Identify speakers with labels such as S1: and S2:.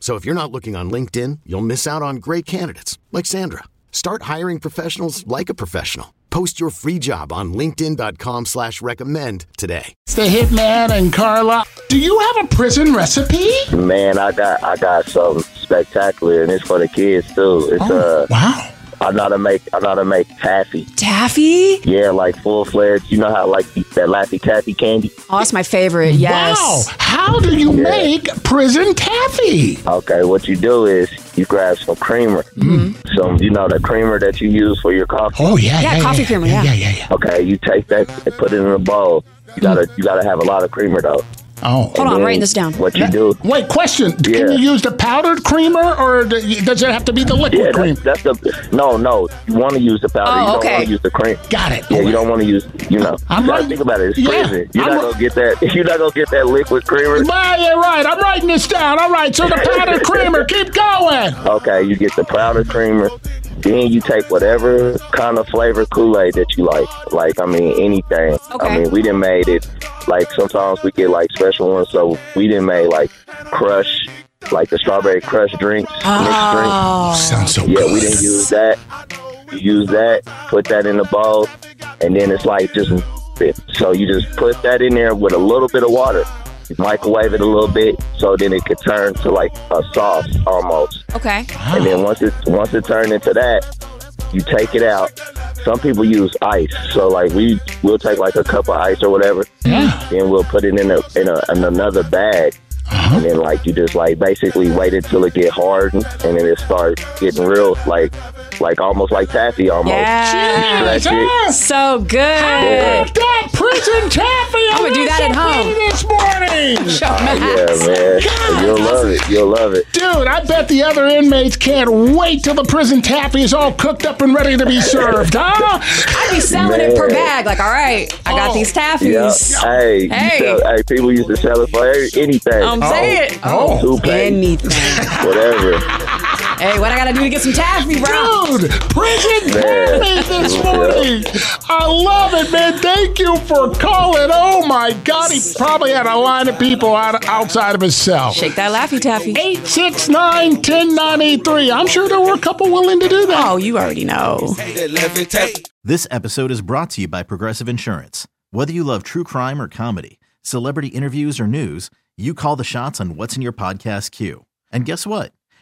S1: So if you're not looking on LinkedIn, you'll miss out on great candidates like Sandra. Start hiring professionals like a professional. Post your free job on LinkedIn.com slash recommend today.
S2: It's the Hitman and Carla. Do you have a prison recipe?
S3: Man, I got I got something spectacular, and it's for the kids too. It's uh,
S2: wow.
S3: I know how to make I know how to make taffy.
S4: Taffy?
S3: Yeah, like full fledged. You know how like that Laffy Taffy candy.
S4: Oh, that's my favorite. Yes.
S2: Wow. How do you make prison taffy?
S3: Okay, what you do is you grab some creamer, some you know the creamer that you use for your coffee.
S2: Oh, yeah.
S4: Yeah, coffee creamer,
S2: Yeah,
S4: yeah.
S2: yeah, yeah.
S3: Okay, you take that and put it in a bowl. You gotta you gotta have a lot of creamer though.
S2: Oh.
S4: Hold on, I'm
S3: Then
S4: writing this down.
S3: What you do?
S2: Wait, question. Can
S3: Yeah.
S2: you use the powdered creamer or d- does it have to be the
S3: Yeah,
S2: liquid cream?
S3: that's, that's the no no. You want to use the powder.
S4: Oh,
S3: you don't
S4: okay.
S3: want to use the cream.
S2: Got it.
S3: Yeah, you don't want to use, you know.
S2: I'm
S3: you gotta
S2: right.
S3: Think about it. It's
S2: Yeah,
S3: prison. You're
S2: I'm
S3: not
S2: right.
S3: gonna get that. You're not gonna get that liquid creamer.
S2: Right, yeah, right. I'm writing this down. All right, so the powdered creamer, keep going.
S3: Okay, you get the powder creamer. Then you take whatever kind of flavor Kool Aid that you like. Like, I mean, anything.
S4: Okay.
S3: I mean, we done made it. Like, sometimes we get like special ones. So we done made like crush, like the strawberry crush drinks,
S4: Oh.
S2: Sounds so
S3: mixed drink. Yeah, we didn't use that. You use that, put that in the bowl, and then it's like just. It. So you just put that in there with a little bit of water. You microwave it a little bit, so then it could turn to like a sauce almost.
S4: Okay.
S3: And
S4: Ah.
S3: then once it once it turned into that, you take it out. Some people use ice, so like we we'll take like a cup of ice or whatever,
S2: Yeah.
S3: then we'll put it in a in, a, in another bag,
S4: Uh-huh.
S3: and then like you just like basically wait until it get hard, and then it start getting real like like almost like taffy almost.
S4: Yeah.
S3: Stretch it.
S4: So
S2: How
S4: good.
S2: about that prison taffy?
S4: I'm gonna do that at home.
S2: This morning.
S3: Yeah, man, you'll love it. You'll love it.
S2: Dude, I bet the other inmates can't wait till the prison taffy is all cooked up and ready to be served, huh?
S4: I'd be selling it per
S3: Man.
S4: bag. Like, all right, I got these
S3: Yeah.
S4: taffies.
S3: Hey, you
S4: Hey.
S3: sell- hey, people used to sell it for every- anything.
S4: I'm saying.
S2: Oh.
S3: Toothpaste,
S4: Anything.
S3: whatever.
S4: hey, what I gotta do to get some taffy, bro?
S2: Dude, prison
S3: Man.
S2: taffy this morning. I love it, man. Thank you for calling. Oh my God, he probably had a line of people out, outside of his cell.
S4: Shake that laffy taffy.
S2: 869 1093. I'm sure there were a couple willing to do that.
S4: Oh, you already know.
S5: This episode is brought to you by Progressive Insurance. Whether you love true crime or comedy, celebrity interviews or news, you call the shots on what's in your podcast queue. And guess what?